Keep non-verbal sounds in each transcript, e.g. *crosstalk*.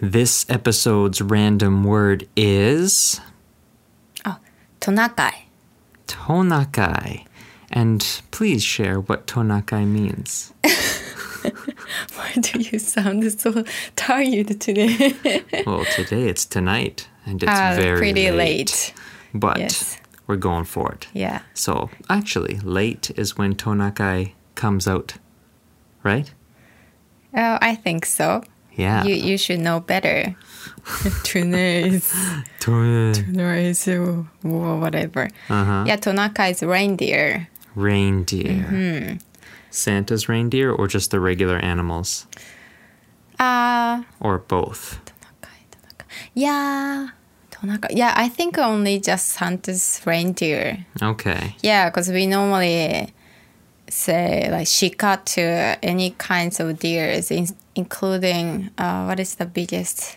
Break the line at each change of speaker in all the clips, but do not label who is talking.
This episode's random word is
トナカイ
tonakai. And please share what tonakai
*laughs*
means.
*laughs* Why do you sound so tired *laughs* today?
well, today it's tonight, and it's
Ah,
very
pretty late.
But
Yes.
we're going for it.
Yeah.
So, actually, late is when tonakai comes out, right?
Oh, I think so.
Yeah.
You you should know *laughs* better. Today's
Ton-
today's uh, whatever. Yeah, Tonakai is
uh-huh.
reindeer.
reindeer.
Mm-hmm.
Santa's reindeer or just the regular animals?
Uh
Or both?
Tonakai, Tonakai. Yeah. Tonakai. Yeah, I think only just Santa's reindeer.
Okay.
Yeah, because we normally say like shika to any kinds of deers, in- including uh, what is the biggest?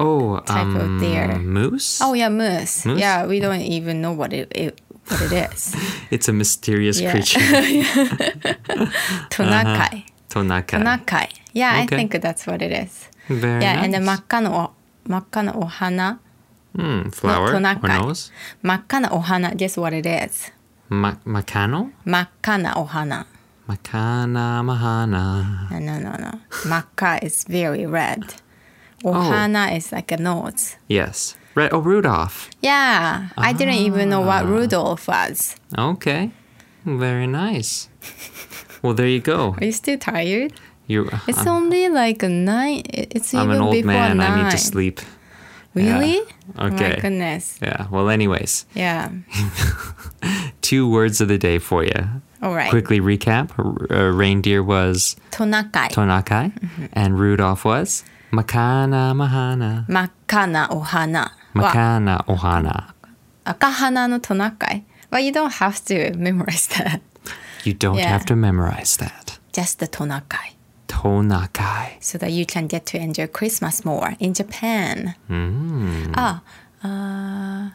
Oh,
Type of
um,
deer.
moose?
Oh yeah, moose.
Moose?
Yeah, we don't even know what it, it what it is.
*laughs* It's a mysterious
Yeah. *laughs*
creature.
Tonakai,
Tonakai.
tonakai. Yeah, I
Uh-huh. Okay.
think that's what it is.
Very
yeah,
nice.
and the makkana o makkana ohana,
Hmm, flower or
tonakai.
nose?
makkana ohana. Guess what it is?
Ma- Makano?
Makkana ohana.
Makana mahana.
No, no, no, no. Makka is very red. Ohana is like a nose.
Yes. Red. Oh, Rudolph.
Yeah, I didn't even know what Rudolph was.
Okay. Very nice. Well, there you
*laughs*
go.
Are you still tired?
You.
It's
I'm,
only like a nine. It's
I'm
even
an old
before
man.
nine.
I need to sleep.
Really? Oh
Okay.
my goodness.
Yeah. Well, anyways,
Yeah.
two words of the day for you.
All right.
Quickly recap. R- uh, reindeer was
Tonakai.
Tonakai,
Mm-hmm.
and Rudolph was Makana Mahana.
Makana ohana. Wow.
Makana Ohana.
Akahana no tonakai. Well, you don't have to memorize that.
You don't
Yeah.
have to memorize that.
Just the tonakai.
Tonakai.
so that you can get to enjoy Christmas more in Japan.
Hmm.
Ah, uh,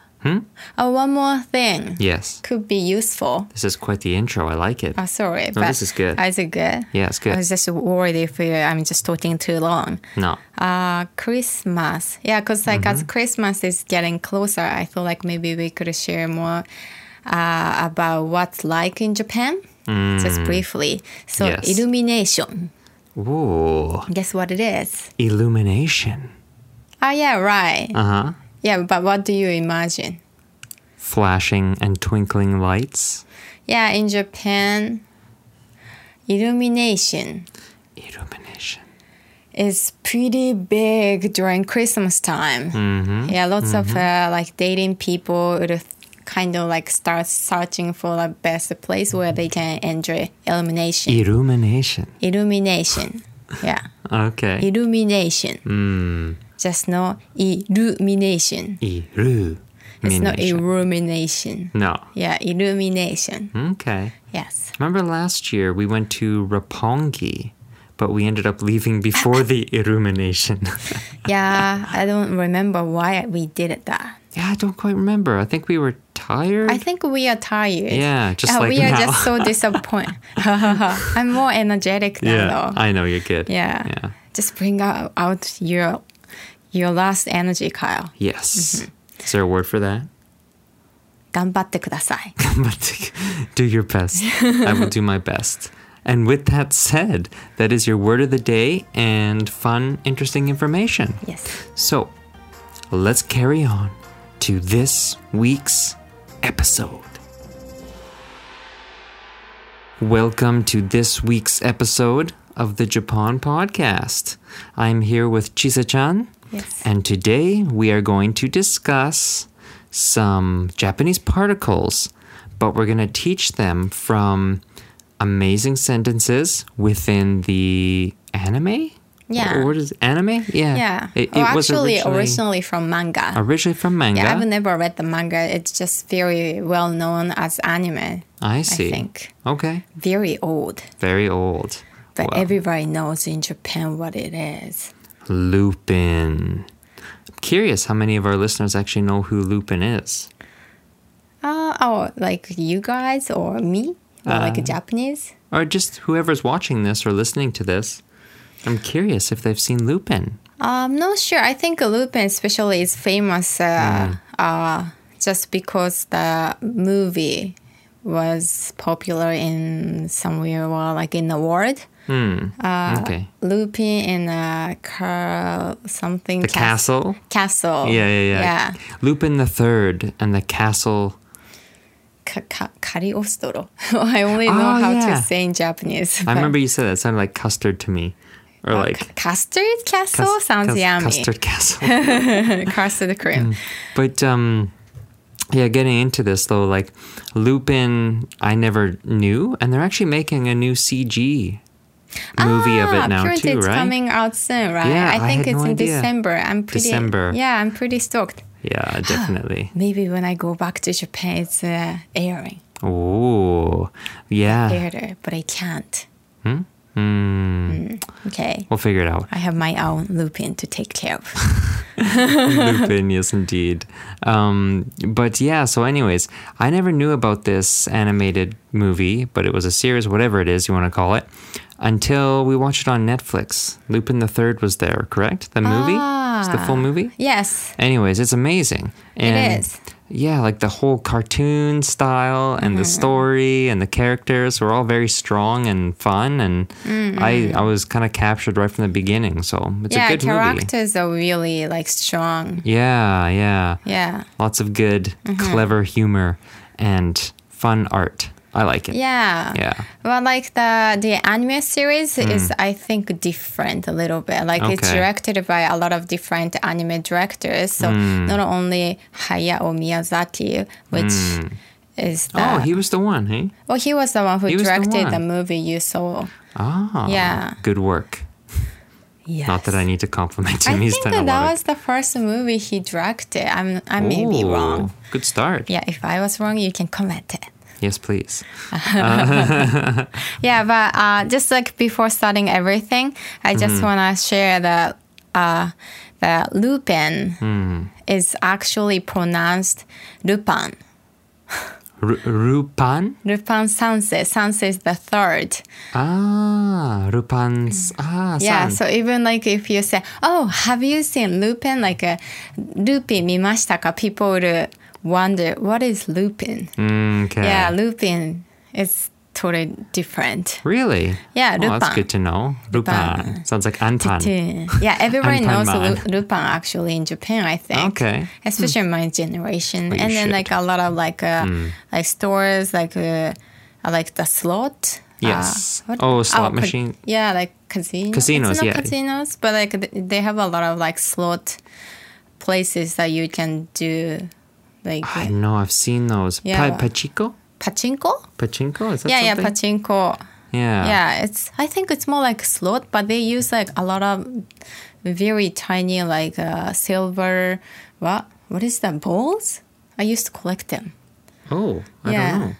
oh, one more thing
Yes.
could be useful.
This is quite the intro. I like it.
Oh, sorry,
No,
but
this is good.
Ah, Is it good?
Yeah, it's
I
good.
was just worried if we, I'm just talking too long.
No.
Uh, Christmas. Yeah, because like as
Mm-hmm.
Christmas is getting closer, I feel like maybe we could share more uh, about what's like in Japan, just briefly. So
Mm. Yes.
illumination.
Ooh.
Guess what it is?
Illumination.
Oh yeah, right.
Uh huh.
Yeah, but what do you imagine?
Flashing and twinkling lights.
Yeah, in Japan, illumination
Illumination.
is pretty big during Christmas time. Yeah, lots of uh, like dating people would kind of like start searching for the best place where they can enjoy illumination.
Illumination.
illumination. Yeah,
Okay.
illumination.
Mm.
Just no illumination.
Iru.
It's not illumination.
No.
Yeah, illumination.
Okay.
Yes.
Remember last year we went to Rapongi, but we ended up leaving
*laughs*
before the illumination. *laughs*
Yeah, I don't remember why we did that.
yeah, I don't quite remember. I think we were tired.
I think we are tired.
Yeah, just like
Oh, we
now. *laughs*
are just so disappointed. *laughs* I'm more energetic now,
yeah,
though.
I know you're good.
yeah.
Yeah.
Just bring out, out your your last energy, Kyle.
Yes.
Mm-hmm.
Is there a word for that? *laughs*
頑張ってください.
But *laughs* do your
*laughs*
best. I will do my best. And with that said, that is your word of the day and fun, interesting information.
Yes.
So let's carry on to this week's episode. Welcome to this week's episode of the Japan Podcast. I'm here with Chisa chan.
Yes.
And today we are going to discuss some Japanese particles, but we're going to teach them from amazing sentences within the anime?
Yeah.
Or what is anime? Yeah.
Yeah.
It, it
Well,
was
actually,
originally,
from manga.
originally from manga.
Yeah, I've never read the manga. It's just very well known as anime.
I see.
think.
Okay.
Very old,
Very old.
but
Wow.
everybody knows in Japan what it is.
Lupin. I'm curious how many of our listeners actually know who Lupin is.
Uh, oh, like you guys
Uh-huh.
or me? Or like Japanese?
Or just whoever's watching this or listening to this. I'm curious if they've seen Lupin.
I'm not Um, sure. I think Lupin especially is famous uh,
Hmm.
uh, just because the movie was popular in somewhere well, like in the world. Uh,
okay.
Lupin in a car something
The
cas-
castle.
castle.
Yeah, yeah, yeah.
Yeah.
Lupin the Third and the castle.
Ka- ka- Kariostoro. *laughs* I only know
Oh,
how
yeah.
to say in Japanese.
I
but- uh,
remember you said that it sounded like custard to me, or like
Ca- custard castle
cus-
sounds
cus-
yummy. *laughs*
Custard Hmm. castle.
custard cream.
but um, yeah, getting into this though, like Lupin, I never knew, and they're actually making a new CG movie of
Ah,
it now
apparently
too,
it's
right?
coming out soon, right?
Yeah, I
I think
had
it's
no
in
idea.
December. I'm pretty
December.
Yeah, I'm pretty stoked. *gasps*
Yeah, definitely.
Maybe when I go back to Japan, it's uh, airing
Oh, yeah.
theater, but I can't.
Mm,
Okay,
we'll figure it out.
*laughs* I have my own Lupin to take care
*laughs*
of.
Lupin, yes, indeed. Um, but yeah, so, anyways, I never knew about this animated movie, but it was a series, whatever it is you want to call it, until we watched it on Netflix. Lupin the Third was there, correct? The movie? It's the
Ah.
full movie?
yes,
Anyways, it's amazing. And
is.
Yeah, like the whole cartoon style and the
Mm-hmm.
story and the characters were all very strong and fun, and I I was kind of captured right from the beginning. So it's a
Mm-hmm. yeah,
good movie.
characters are really like strong.
Yeah, yeah.
Yeah,
Lots of good,
Mm-hmm.
clever humor and fun art. I like it.
yeah,
Yeah.
Well, like the the anime series is, I think, different a little bit. Like
Hmm.
it's
Okay.
directed by a lot of different anime directors, so
Hmm.
not only Hayao Miyazaki, which is the
Hmm. Oh, he was the one, hey?
well, he was the one who
He was the
directed the,
one.
movie you saw.
Ah.
Yeah.
Good work.
Yes.
Not that I need to compliment him.
I
He's
think
done a
that
lot
was the first movie he directed. I'm I may be
Ooh,
wrong.
Good start.
Yeah, if I was wrong, you can comment it.
Yes, please.
Yeah, but uh, just like before starting everything, I just want to share that uh, that Lupin is actually pronounced Lupin.
R- Rupan?
Lupin Sanse. Sanse is the third.
Ah, Rupan's. Ah,
Yeah,
san.
so even like if you say, "Oh, have you seen Lupin?" Like uh, Lupin 見ましたか? People would uh, wonder what is Lupin.
Mm, Okay.
Yeah, Lupin is totally different.
Really?
Yeah,
Oh, that's
Rupan.
good to know. Rupan. Sounds like Anpan.
Too. Yeah, everybody knows
Pan-man.
Lu- Lupin actually in Japan, I think.
Okay. Hmm.
Especially my generation.
you
and then
should. Hmm.
like a lot of like uh, like stores like uh, uh, like the slot. uh,
Yes.
what-
Oh, slot
ca-
machine.
yeah, like casinos.
Casinos,
It's not
yeah.
casinos, but like th- they have a lot of like slot places that you can do
*sighs*
like
I know, I've seen those.
Yeah.
Pa- Pachinko?
pachinko.
Pachinko? Is that
Yeah,
something?
yeah, pachinko.
Yeah.
yeah it's i think it's more like slot but they use like a lot of very tiny like uh, silver what what is that balls i used to collect them
Oh, I
yeah
don't know.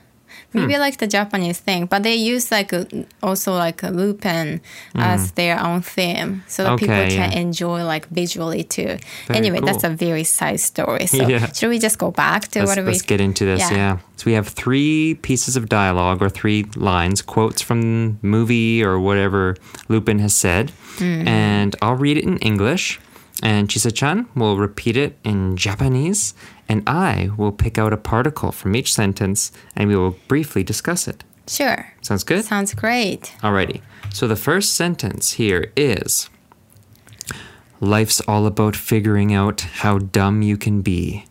maybe
Hmm.
like the japanese thing but they use like uh, also like a lupin as their own theme so that people
Hmm. Okay,
can
yeah.
enjoy like visually too
Very
anyway that's a
cool.
very side story so
*laughs* Yeah.
should we just go back to
Let's,
what we
let's get into this.
yeah.
Yeah. So we have three pieces of dialogue or three lines, quotes from movie or whatever Lupin has said,
Mm-hmm.
and I'll read it in English, and Chisa-chan will repeat it in Japanese, and I will pick out a particle from each sentence, and we will briefly discuss it.
sure
Sounds good.
sounds great
Alrighty. So the first sentence here is Life's all about figuring out how dumb you can be.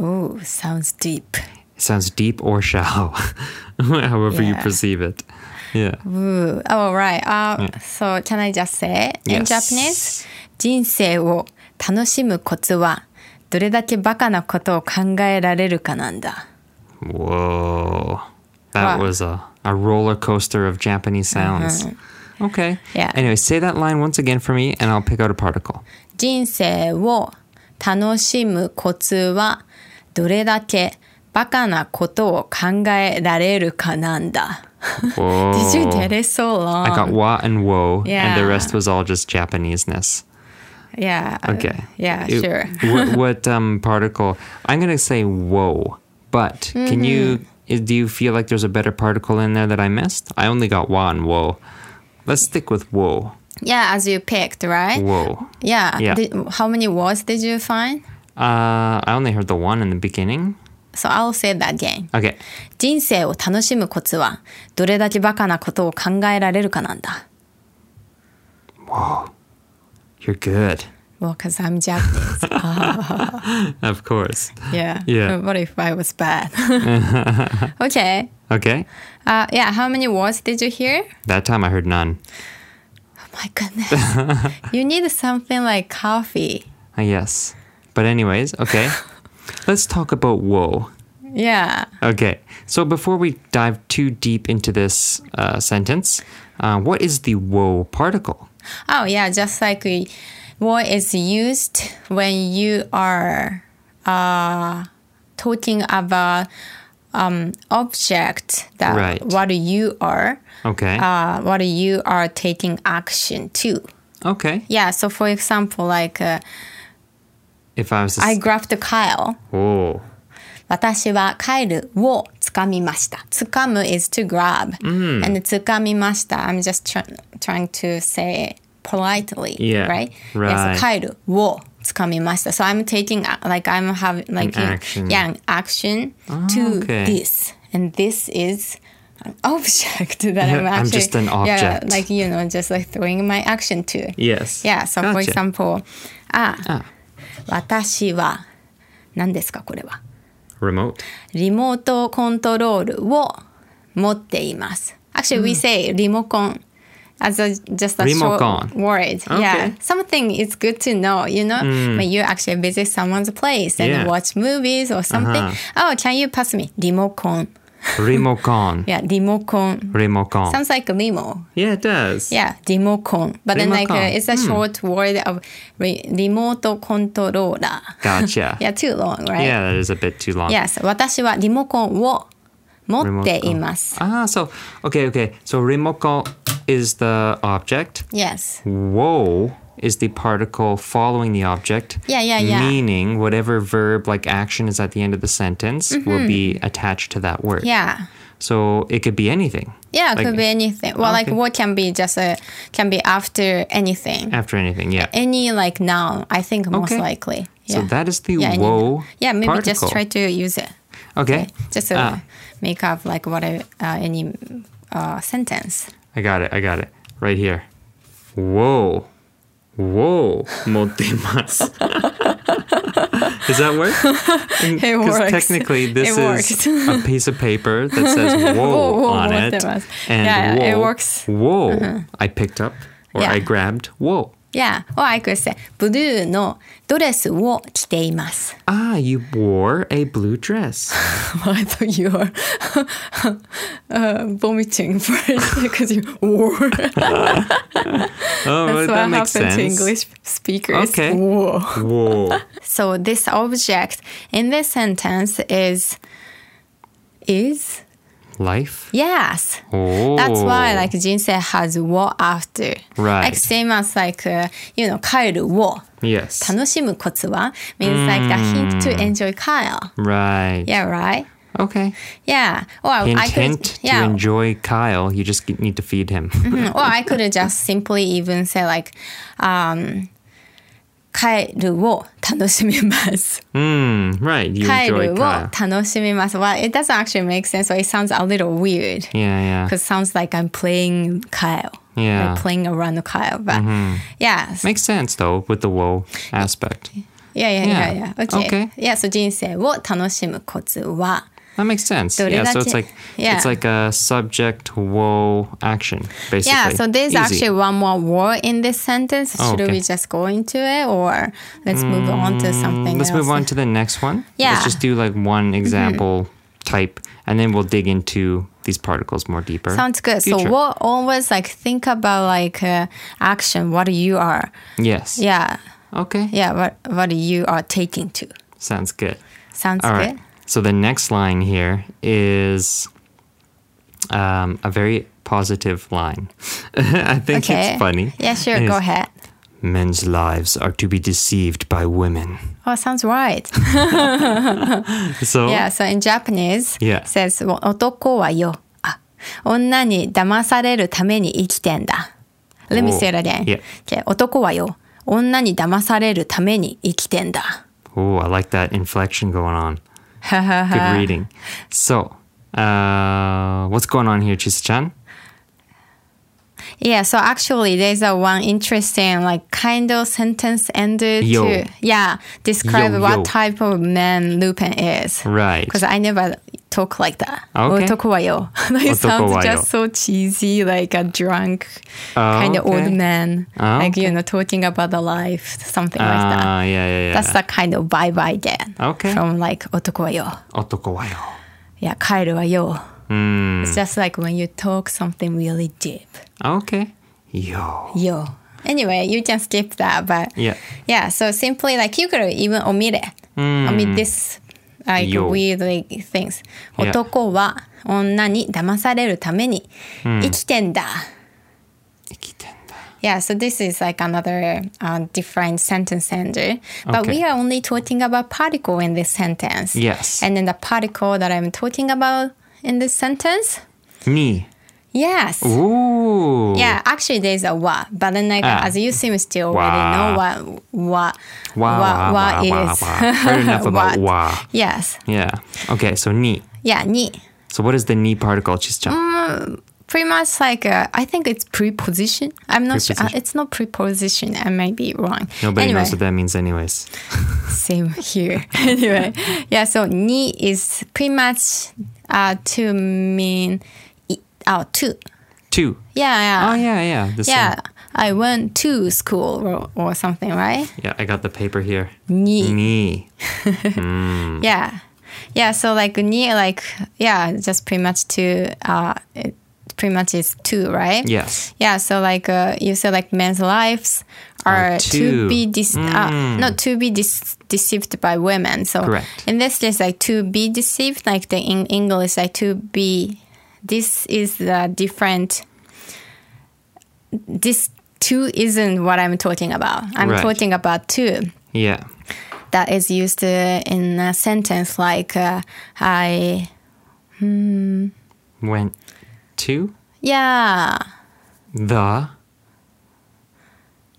oh sounds deep
It sounds deep or shallow, *laughs* however you
Yeah.
perceive it. Yeah.
Ooh, oh, right. Uh, So, can I just say it in
Yes.
Japanese? 人生を楽しむコツはどれだけバカなことを考えられるかなんだ。
Whoa. That
Wow.
was a, a roller coaster of Japanese sounds. Okay.
Yeah.
Anyway, say that line once again for me and I'll pick out a particle.
人生を楽しむコツはどれだけバカなことを考えられるかなんだ。
Whoa.
*laughs* Did you get it so long?
I got wa and wo, and
Yeah.
the rest was all just Japaneseness.
yeah.
Okay.
Yeah,
It-
sure. *laughs*
what, what um, particle? I'm gonna say whoa, but can you?
Mm-hmm.
i- Do you feel like there's a better particle in there that I missed? I only got one. Whoa. Let's stick with whoa.
Yeah, as you picked, right?
Whoa.
Yeah.
Yeah.
Did, how many words did you find?
Uh, I only heard the one in the beginning.
So I'll say that again.
Okay.
人生を楽しむコツはどれだけバカなことを考えられるかなんだ。
You're good.
Well, because I'm
*laughs*
Japanese.
Of course.
yeah.
Yeah.
*laughs* What if I was bad? *laughs* okay.
Okay.
Uh, yeah. How many words did you hear?
That time I heard none.
Oh my
*laughs*
goodness. you need something like coffee.
Uh, yes. But, anyways,
*laughs*
okay. Let's talk about whoa.
Yeah.
Okay. So, before we dive too deep into this uh, sentence, uh, what is the whoa particle?
Oh yeah. Just like we- what is used when you are uh, talking about um, object that
Right.
what you are.
Okay.
uh, what you are taking action to.
okay.
Yeah, so for example, like uh,
If I was to.
I
s-
grabbed Kyle.
whoa.
私はカイルをつかみました。つかむ is to grab.
Mm.
And つかみました。I'm just try- trying to say it politely.
Yeah,
Right? Yeah,
right.
so カイルをつかみました。So I'm taking, uh, like I'm having, like,
An
you know,
action. Ah,
yeah, an action to
okay.
this. And this is an *laughs* object that I'm actually.
I'm just an
Yeah,
object.
like, you know, just like throwing my action to.
Yes.
Yeah, so for
Gotcha.
example, あ、
Ah,
私は、何ですかこれは。
remote.
リモートコントロールを持っています。Actually, we say リモコン as a, just a short
リモコン。
word. Yeah.
Okay.
Something is good to know, you know? When you actually visit someone's place and
Yeah.
watch movies or something. Oh, can you pass me? リモコン。
Remocon.
*laughs* Yeah, リモコン。
Remocon.
Sounds like リモ。
yeah, it does.
Yeah, リモコン。But then
リモ
like,
コン。
uh, it's a short word of リリモートコントローラー。
Gotcha.
*laughs* Yeah, too long, right?
Yeah, that is a bit too long.
Yes, 私はリモコンを持っています。
Ah, so okay, okay. So remoko is the object.
Yes.
Wo is the particle following the object.
Yeah, yeah, yeah.
Meaning whatever verb like action is at the end of the sentence will be attached to that word.
Mm-hmm. Yeah.
So it could be anything
Yeah, it
Like- Ah,
could be anything. Well, like
Okay.
what can be just a can be after anything.
after anything. Yeah.
Any like noun, I think most
Okay.
likely.
So
Yeah.
that is the
yeah, any-
wo.
Yeah, maybe
particle.
just try to use it.
Okay.
Just to
Ah.
make up like what I- uh, any uh, sentence.
I got it. I got it. Right here. Whoa.
*laughs*
Whoa. Motemasu. Does that
*laughs*
work?
It works.
technically, this
It
is a piece of paper that
*laughs*
says whoa,
whoa,
on it.
motemasu.
And
Yeah,
whoa,
it works. Uh-huh.
Whoa. I picked up or
Yeah.
I grabbed whoa.
Yeah. Or I could say ブルーのドレスを着ています。
Ah, you wore a blue
*laughs*
dress.
I thought you were *laughs* uh, vomiting *laughs* first because you wore.
Oh,
That's
that
what
makes
happened
sense.
to English speakers.
Okay.
Whoa.
Whoa.
So this object in this sentence is is
Life.
yes.
Oh.
That's why like Jinsei has war after.
Right.
Like same as like uh, you know Kyle war.
Oh, Yes.
楽しむコツは means like the hint
Mm.
to enjoy Kyle.
Right.
Yeah, right?
Okay.
Yeah. Or
Hint,
I could
hint
yeah. Mm-hmm.
to enjoy Kyle. You just need to feed him.
or I could have just simply even say like, um, カエルを楽しみます。
Mm, right. You
カエル
enjoy
を
Kyle.
楽しみます。Well, it doesn't actually make sense. So it sounds a little weird.
Yeah, yeah.
Because it sounds like I'm playing Kyle.
Yeah. Mm-hmm.
Like playing around Kyle. But yeah.
Makes sense though with the woe aspect.
Yeah, yeah, yeah, yeah.
Yeah.
Okay.
Okay.
Yeah, so 人生を楽しむコツは。
That makes sense.
Dore
Yeah, so it's
dachi-
like
yeah.
it's like a subject woe action basically.
Yeah, so there's
Easy.
actually one more word in this sentence.
Oh,
Should
okay. Mm,
we just go into it or let's move on to something
Let's
else?
move on to the next one.
Yeah. Mm-hmm.
Let's just do like one example type and then we'll dig into these particles more deeper.
Sounds good. So
future.
we'll always like think about like uh, action, what you are.
Yes.
Yeah,
Okay.
yeah. What what you are taking to.
Sounds good.
Sounds
All
good.
right. So the next line here is um, a very positive line. *laughs* I think
Okay.
it's funny.
Yeah, sure.
It
Go
is,
ahead.
Men's lives are to be deceived by women. *laughs*
Oh, sounds right.
So
yeah. So in Japanese,
Yeah.
it says 男はよ。あ、女に騙されるために生きてんだ。 Let me
Whoa.
say it again.
Yeah.
Okay. 男はよ、女に騙されるために生きてんだ。
Ooh, I like that inflection going
*laughs*
on.
Ha ha
Good
ha.
reading. So, uh, what's going on here, Chisa-chan?
Yeah, so actually there's a one interesting like kind of sentence ended
Yo.
to yeah, describe
Yo,
what
yo.
type of man Lupin is.
Right.
Because I never talk like that.
Okay.
Otoko wa *laughs* yo. It sounds
wa yo.
just so cheesy, like a drunk
Oh,
kind of
okay.
old man.
Oh,
like, you know, talking about the life, something like that.
Ah, yeah, yeah, yeah.
That's the kind of vibe I get
Okay.
from like otoko wa yo.
Otoko wa yo.
Yeah, kairu wa yo.
Hmm.
It's just like when you talk something really deep.
Okay. Yo.
Yo. Anyway, you can skip that, but
Yeah.
yeah. So simply like you could even omit it, omit this like
Hmm. Yo.
weird like things.
Yeah.
男は女に騙されるために
Hmm.
生きてんだ。
Ikitenda.
Yeah, so this is like another uh, different sentence ender, but
Okay.
we are only talking about particle in this sentence.
Yes.
and then the particle that I'm talking about in this sentence.
Ni.
Yes.
Ooh.
Yeah, actually, there's a wa, but then like
Ah.
as you seem still
Wa.
already know what what
Wa, wa, wa, wa,
is.
wa.
*laughs*
Heard enough about wa.
What. Yes,
Yeah. Okay, so ni.
yeah, ni.
So what is the ni particle, Chisa-chan?
Mm, Pretty much like uh, I think it's preposition. I'm not sure. Uh,
Preposition.
it's not preposition. I might be wrong.
Nobody
anyway,
knows what that means anyways.
*laughs* same here. *laughs* anyway, yeah. So ni is pretty much uh, to mean i- uh, to.
Two.
Yeah, yeah,
Oh, yeah, yeah. The
yeah.
Same.
I went to school or, or something, right?
Yeah, I got the paper here.
Ni.
Ni.
Yeah. Yeah. So like near like yeah, just pretty much to uh it pretty much is two, right?
Yes.
Yeah, so like uh, you said, like men's lives are
Are two. Mm.
to be dis- uh, not to be dis- deceived by women. So
Correct.
in this case, like to be deceived, like the in English, like to be. This is the different. This two isn't what I'm talking about. I'm
Right.
talking about two
Yeah.
that is used uh, in a sentence like uh, I
Went to
yeah
the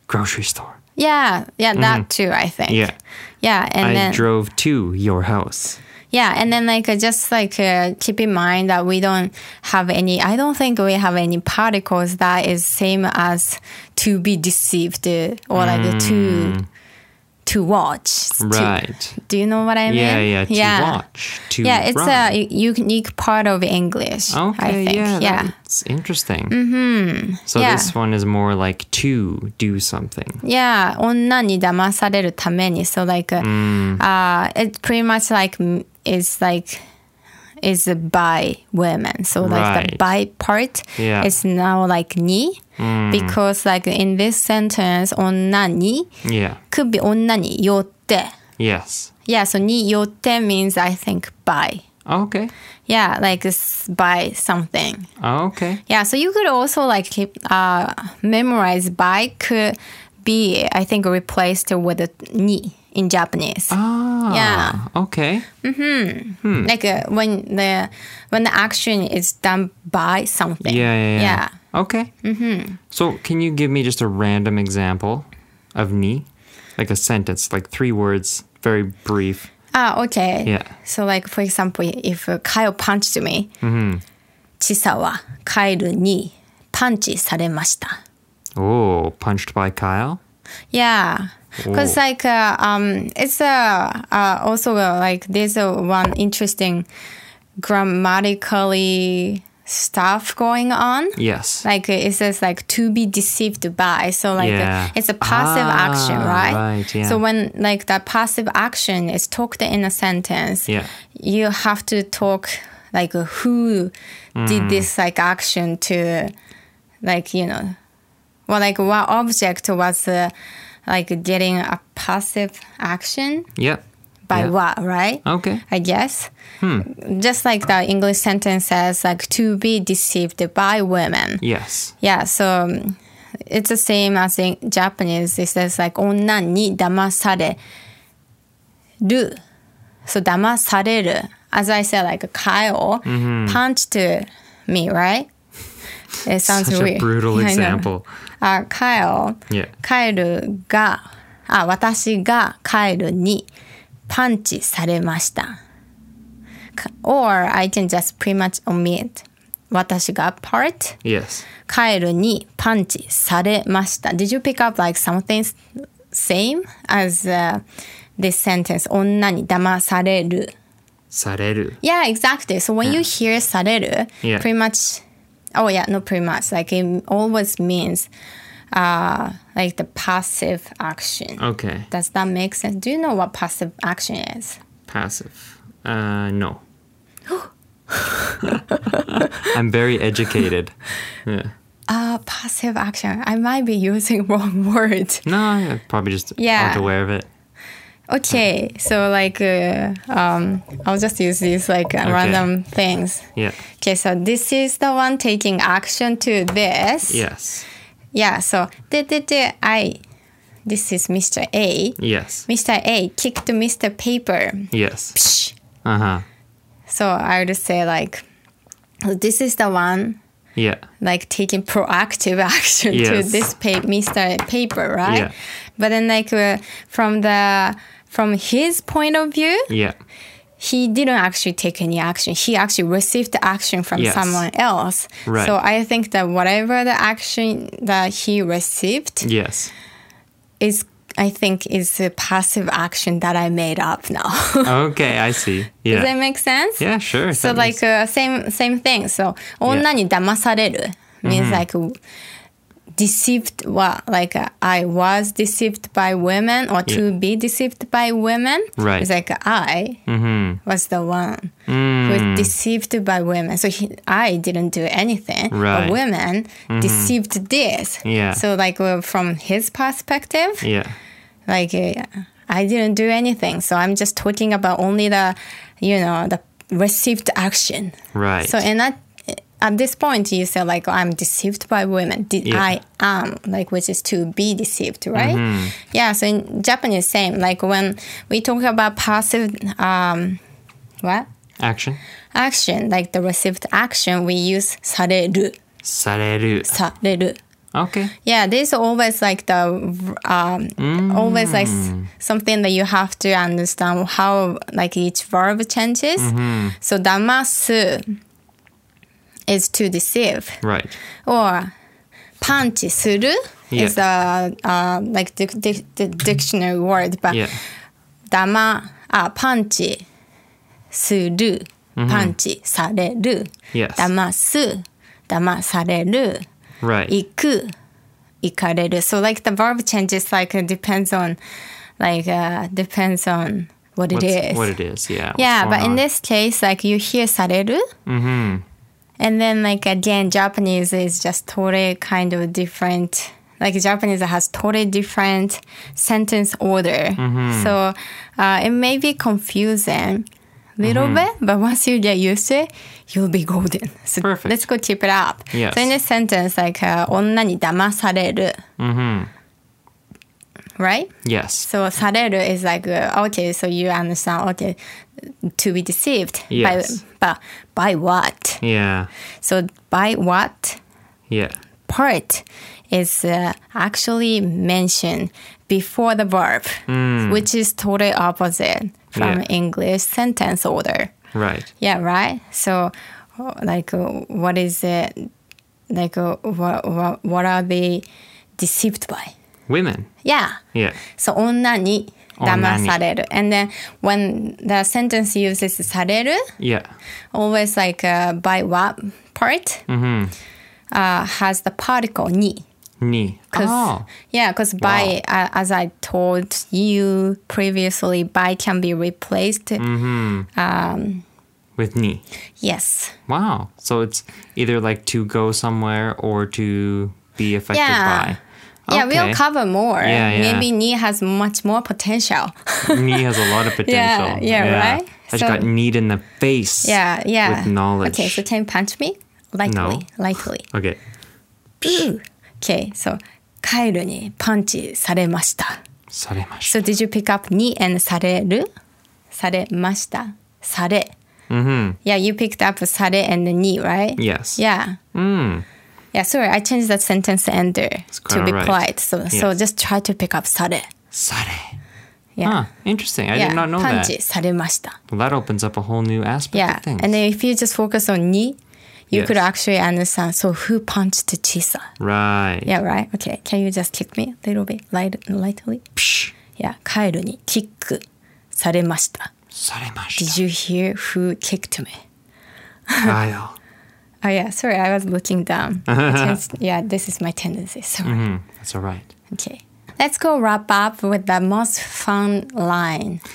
grocery store.
yeah yeah that too I think
Mm-hmm. Yeah.
yeah and
I
then
drove to your house.
yeah and then like uh, just like uh, keep in mind that we don't have any I don't think we have any particles that is same as to be deceived uh, or like uh, to to watch to-
Mm. Right.
do you know what I mean
Yeah, yeah. To watch. To
yeah it's
run.
a u- unique part of English
Okay,
I think
yeah,
yeah.
It's interesting. Mm-hmm. So
yeah.
this one is more like to do something.
Yeah, 女に騙されるために So like, uh,
Mm.
uh, it pretty much like mm, is like is by women. So like
Right.
the by part
Yeah. Mm.
is now like ni because like in this sentence 女に
Yeah.
could be 女によって
Yes.
Yeah, so によって means I think by.
Okay.
Yeah, like it's by something.
Ah, Okay.
Yeah, so you could also like keep uh, memorize by could be I think replaced with a ni in Japanese.
Ah.
Yeah.
Okay. Hmm.
Like uh, when the when the action is done by something.
Yeah, yeah, yeah.
Yeah.
Okay. Mm-hmm. So, can you give me just a random example of ni? Like a sentence, like three words, very brief.
Ah, okay.
Yeah.
So like for example, if uh, Kyle punched me,
Mm-hmm.
Chisa wa Kyle ni panchi saremashita.
Oh, punched by Kyle?
Yeah. Because
Oh.
like uh, um, it's uh, uh, also uh, like there's uh, one interesting grammatically stuff going on.
Yes.
Like uh, it says like to be deceived by. So like uh,
Yeah.
it's a passive action,
Ah,
right?
right, yeah.
So when like that passive action is talked in a sentence,
Yeah.
you have to talk like uh, who
Mm.
did this like action to like you know well like what object was uh, like getting a passive action
Yep.
by
Yeah. Oh. Hmm.
what right
Okay.
i guess just like the english sentence says like to be deceived by women
Yes.
yeah so um, it's the same as in japanese it says like 女に騙される so 騙される as i said like kyle punched me right it sounds
Such
weird *laughs*
a brutal
I know.
example.
uh, Kyle
Yeah.
カエルがあ私がカエルにパンチされました。か Or I can just pretty much omit 私が part
Yes.
カエルにパンチされました。Did you pick up like something s- same as、uh, this sentence? 女に騙される。
Sareru.
Yeah, exactly. So when you hear される
Yeah.
pretty much, oh yeah, not pretty much. Like it always means uh, like the passive action.
Okay.
Does that make sense? Do you know what passive action is?
Passive. Uh,
*gasps*
no. I'm very educated. Yeah.
Uh, passive action. I might be using *laughs* wrong word.
No, I probably just
Yeah.
aren't aware of it.
Okay, so like uh, um, I'll just use these like uh, random things.
Yeah.
Okay, so this is the one taking action to this.
Yes.
Yeah, so DDD I this is Mr. A.
Yes.
Mr. A kicked Mr. Paper.
Yes.
Psh.
Uh huh.
So I would say like this is the one
Yeah.
like taking proactive *laughs* action
Yes.
to this pa- Mr. Paper, right?
Yeah.
But then like uh, from the from his point of view,
Yeah.
he didn't actually take any action. He actually received the action from
Yes.
someone else.
Right.
So I think that whatever the action that he received
Yes.
is, I think, is a passive action that I made up now. *laughs*
Okay, I see.
Does that
Yeah.
make sense?
Yeah, sure.
So
that
like uh, same same thing. So 女に騙される
Mm-hmm.
means like deceived. What like uh, I was deceived by women or to be deceived by women.
Right. Mm-hmm.
It's like I was the one who
Mm.
was deceived by women. So he, I didn't do anything.
Right. Mm-hmm.
But women deceived this.
Yeah.
So like uh, from his perspective,
makes- yeah.
like uh, I didn't do anything. So I'm just talking about only the, you know, the received action.
Right.
So and that at this point you say like "Oh, I'm deceived by women. Did
Yeah.
I am like which is to be deceived, right?
Mm-hmm.
Yeah. So in Japanese, same like when we talk about passive, um, what
Action.
action like the received action we use される
Sareru.
される
Okay.
yeah, there's always like the um,
Mm.
always like s- something that you have to understand how like each verb changes.
Mm-hmm.
So damasu is to deceive,
Right.
or punch suru is the uh, like the, the, the dictionary word, but
Yeah.
dama ah punch suru punch sareru
Mm-hmm. Yes.
Um, damasu damasareru
Right.
行く行かれる so like the verb changes like it depends on like uh, depends on what
What's-
it is
What it is. Yeah. what's
yeah but
going
in
on. Mm-hmm.
this case like you hear される and then like again Japanese is just totally kind of different like Japanese has totally different sentence order
Mm-hmm.
so uh, it may be confusing little
Mm-hmm.
bit but once you get used to it you'll be golden so
Perfect.
let's go keep it up
Yes.
so in this sentence like uh, 女に騙される
Mm-hmm.
right
Yes.
so sareru is like uh, okay, so you understand okay to be deceived
Yes.
by but by what?
Yeah.
So by what
Yeah.
part is uh, actually mentioned before the verb, which is totally opposite from
Hmm. Yeah.
English sentence order.
Right.
Yeah, right. So, uh, like, uh, what is it? Like, uh, what what what are they deceived by?
Women.
Yeah.
Yeah.
So 女に騙される And then when the sentence uses される
Yeah.
always like、uh, by what part、uh,
Mm-hmm.
has the particle に。
Ni.
Cause,
Oh.
Yeah, because by, uh, as I told you previously, by can be replaced.
Mm. With ni.
Yes.
Wow. So it's either like to go somewhere or to be affected
Yeah.
by.
Yeah, we'll
Okay.
cover more.
Yeah, yeah.
Maybe ni has much more potential. *laughs*
knee has a lot of potential.
Yeah, yeah, right?
I just
So-
got kneed in the face.
yeah, yeah.
With knowledge.
Okay, so can you punch me? Likely,
No.
likely.
Okay.
Okay, so カエルにパンチされました。
Saremashita.
So did you pick up に and されるされました。され。Yeah, you picked up され and に right?
Yes.
Yeah.
Mm.
Yeah, sorry, I changed that sentence ender to
quite
be
alright.
polite. So, so
Yes.
just try to pick up sare.
Sare. Huh,
Yeah.
interesting. I
yeah,
did not know
panji
that.
saremashita.
Well, that opens up a whole new aspect
Yeah,
of things.
and then if you just focus on ni, you could
Yes.
actually understand. So who punched Chisa?
right.
Yeah, right. Okay, can you just kick me a little bit light, lightly?
Psh,
Yeah, カエルにキックされました。
saremashita.
Did you hear who kicked me?
Kyle.
Oh yeah, sorry, I was looking *laughs* down. Just- yeah, this is my tendency. Sorry.
Mm, that's all right.
Okay, let's go wrap up with the most fun line. *laughs*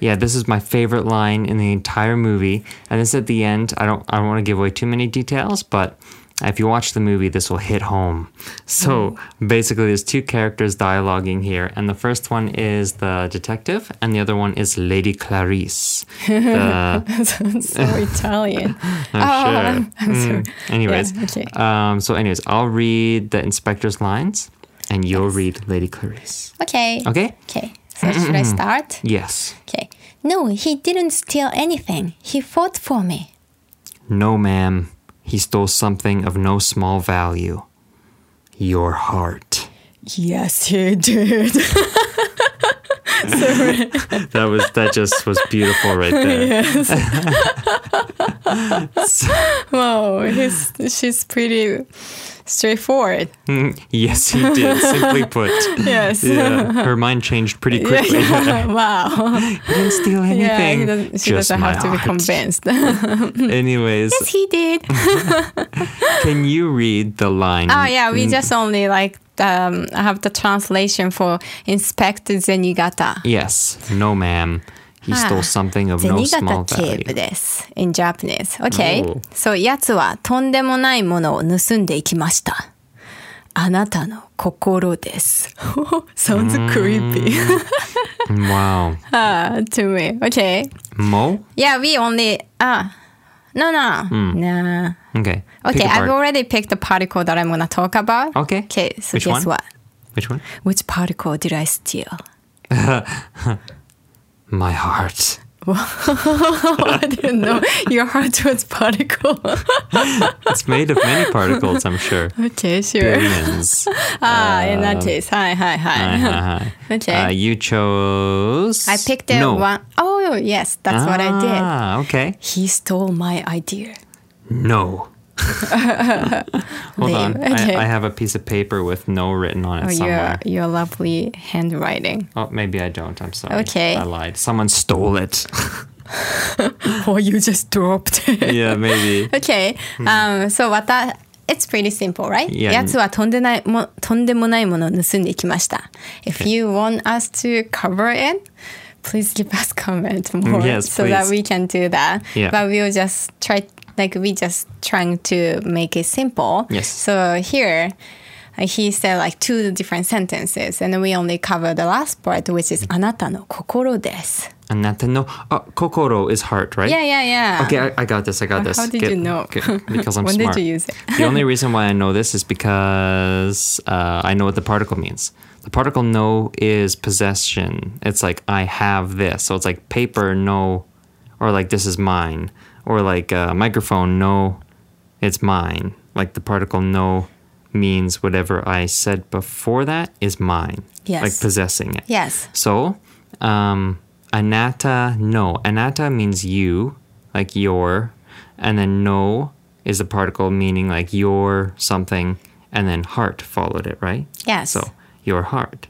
Yeah, this is my favorite line in the entire movie, and it's at the end. I don't, I don't want to give away too many details, but if you watch the movie, this will hit home. So
Mm.
basically, there's two characters dialoguing here, and the first one is the detective, and the other one is Lady
*laughs*
Clarice. The,
Sounds *laughs* so Italian.
I'm
*laughs*
sure. Mm, Anyways,
Ah, Yeah, okay.
um, so anyways, I'll read the inspector's lines, and you'll read Lady Clarice.
Okay. Mm-hmm.
Okay?
Okay. So should I start?
Yes.
Okay. No, he didn't steal anything. He fought for me.
No, ma'am. He stole something of no small value. Your heart.
Yes, he did. *laughs*
That was that just was beautiful right there.
*laughs* Wow, he's, she's pretty straightforward.
Mm, Yes, he did. Simply put.
Yes.
Yeah. Her mind changed pretty quickly.
*laughs* wow.
He didn't steal anything.
Yeah, he doesn't, she
just
doesn't
my
have to be
heart. *laughs*
convinced. *laughs*
Anyways,
he did.
can you read the line?
Oh yeah, we just only like um, have the translation for inspect Zenigata.
Yes. No, ma'am. He stole
Ah,
something of no small
銭形警
value.
部です。In Japanese. Okay.
Oh.
そう、やつはとんでもないものを盗んでいきました。あなたの心です。Sounds creepy. *laughs*
Wow.
Ah, to me. Okay.
Mo?
Yeah, we only. Ah. No, no. Nah.
Okay. Pick
Okay,
a
I've
part.
already picked the particle that I'm gonna talk about.
Okay.
Okay, so
Which
guess
one?
what?
Which one?
Which particle did I steal? *laughs*
My heart.
Oh, I didn't
*laughs*
know your heart was particle. *laughs*
It's made of many particles, I'm sure.
okay, sure.
Billions.
*laughs* Ah, in
uh,
that case, hi, hi, hi.
Uh-huh.
Okay.
Uh, you chose.
*laughs* I picked the
no.
one oh yes, that's what I did.
Ah, okay.
He stole my idea. *laughs*
No. Hold on.
Lame. Okay.
I, I have a piece of paper with no written on it
Oh, your
somewhere.
your lovely handwriting. *laughs*
Oh, maybe I don't. I'm sorry.
Okay.
I lied. Someone stole
*laughs*
it.
Oh, you just dropped it.
yeah, maybe.
*laughs* okay. Um. So what that. It's pretty simple, right?
Hmm. Yeah.
やつはとんでないもとんでもないものを盗んでいきました。If you want us to cover it, please give us *laughs* comment more
Mm, Yes,
so that
please.
we can do that.
Yeah.
But we'll just try, like we just trying to make it simple.
Yes.
So here, uh, he said like two different sentences, and we only cover the last part, which
Mm.
is あなたの心です。
*laughs* Anata no. Oh, kokoro is heart, right?
Yeah, yeah, yeah.
Okay, I, I got this. I got this.
How did you know?
good, because I'm
*laughs* when
smart.
did you use it?
the only reason why I know this is because uh, I know what the particle means. The particle no is possession. It's like I have this. So it's like paper no, or like this is mine, or like uh, microphone no, it's mine. Like the particle no means whatever I said before that is mine.
Yes.
Like possessing it.
Yes.
So, um, anatta no. Anatta means you, like your, and then no is the particle meaning like your something, and then heart followed it, right?
Yes.
So your heart.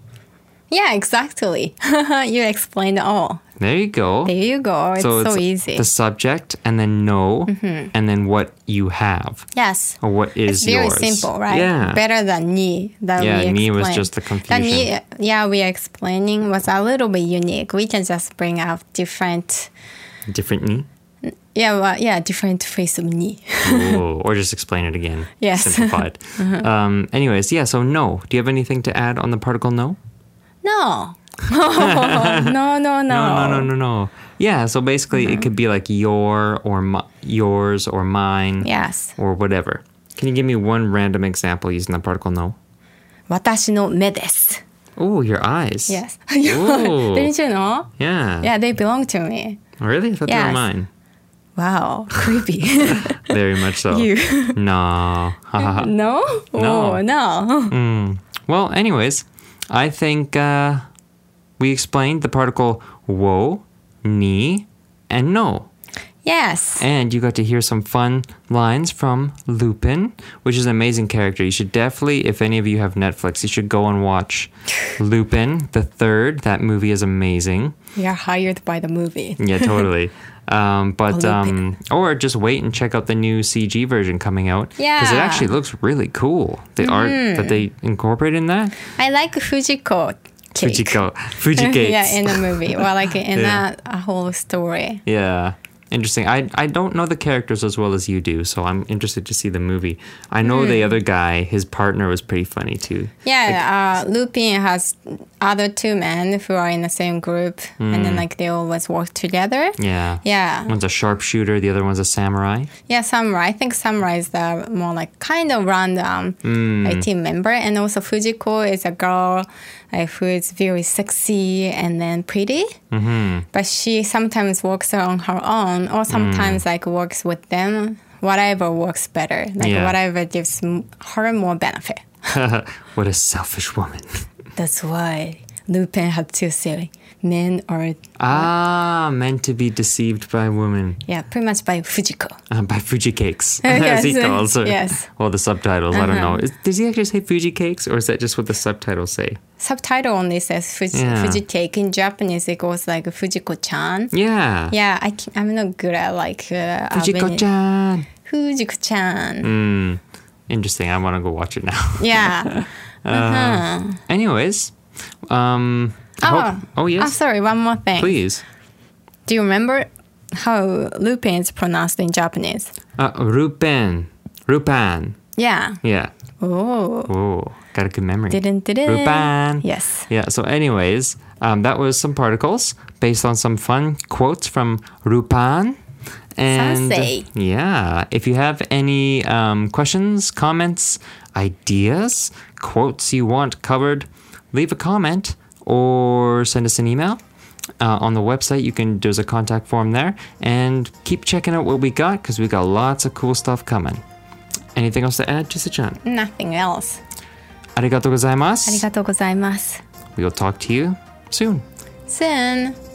Yeah, exactly. *laughs* you explained all.
There you go.
There you go. It's so, easy.
The subject, and then no, and then what you have,
yes.
or what is
Very
yours.
simple, right?
Yeah.
Better than ni that
Yeah,
we
ni was
explained.
just the
That ni, yeah, we are explaining was a little bit unique. We can just bring out different,
Different ni.
yeah, well, yeah, different face of ni.
Ooh, or just explain it again.
*laughs* Yes. Uh-huh.
Simplified. um, anyways, yeah, so no. Do you have anything to add on the particle no?
*laughs* No. *laughs* no, no,
No,
no.
no, no, no, no. Yeah, so basically it could be like your or my, yours or mine
Yes.
or whatever. Can you give me one random example using the particle no?
私の目です。
Oh, your eyes.
Yes. *laughs*
Ooh.
Didn't you know?
Yeah.
Yeah, they belong to me.
Really? I thought they were
Yes.
mine.
Wow,
*laughs*
creepy. *laughs*
Very much so.
You.
*laughs* No. Hahaha.
no?
No.
Oh, no. *laughs*
Mm. Well, anyways, I think uh, we explained the particle wo, ni, and no.
Yes.
And you got to hear some fun lines from Lupin, which is an amazing character. You should definitely, if any of you have Netflix, you should go and
*laughs*
watch Lupin the Third. That movie is amazing.
We are hired by the movie.
Yeah, totally. *laughs* um, but
A Lupin.
um, or just wait and check out the new CG version coming out. because it
Yeah. Mm-hmm.
actually looks really cool. The art that they incorporate in that.
I like Fujiko cake.
Fujiko, Fujikate.
*laughs* yeah, in the movie. Well, like
*laughs*
in
Yeah.
that a whole story.
Yeah. Interesting. I I don't know the characters as well as you do, so I'm interested to see the movie. I know the other guy, his partner was pretty funny too.
Yeah, uh, Lupin has other two men who are in the same group, and
Mm.
then like they always work together.
Yeah.
Yeah,
One's a sharpshooter, the other one's a samurai.
yeah. Samurai. I think Samurai is the more like kind of random
Hmm.
like, team member, and also Fujiko is a girl like, who is very sexy and then pretty.
Mm-hmm.
But she sometimes works on her own,
Hmm.
or sometimes like works with them. Whatever works better, like
Yeah.
whatever gives m- her more benefit.
What a selfish woman.
That's why Lupin had to say men are
ah, meant to be deceived by women.
yeah pretty much by Fujiko.
Uh, by Fuji Cakes, as
Yes,
he calls her.
yes.
Well, the subtitles, I don't know. Is, does he actually say Fuji Cakes, or is that just what the subtitles say?
Subtitle only says Fuji,
Yeah.
Fuji take in Japanese. It goes like Fujiko-chan.
Yeah.
Yeah, I can, I'm not good at like uh,
Fujiko-chan. Mm.
Fujiko-chan.
Interesting. I want to go watch it now. *laughs* Uh,
Yeah. uh-huh.
Anyways, um, I
Oh.
hope- oh
Oh,
yes,
sorry. One more thing.
please.
Do you remember how Lupin is pronounced in Japanese?
Uh, Rupen, Rupan.
Yeah.
Yeah.
Oh.
Oh, got a good memory.
Didn't did
Rupan.
Yes.
Yeah. So, anyways, um, that was some particles based on some fun quotes from Rupan. And
Sensei.
yeah, if you have any um, questions, comments, ideas, quotes you want covered, leave a comment or send us an email. Uh, on the website, you can there's a contact form there, and keep checking out what we got because we got lots of cool stuff coming. Anything else to add, Chisa-chan?
Nothing else.
Arigato gozaimasu.
ありがとうございます。
We'll talk to you soon.
Soon.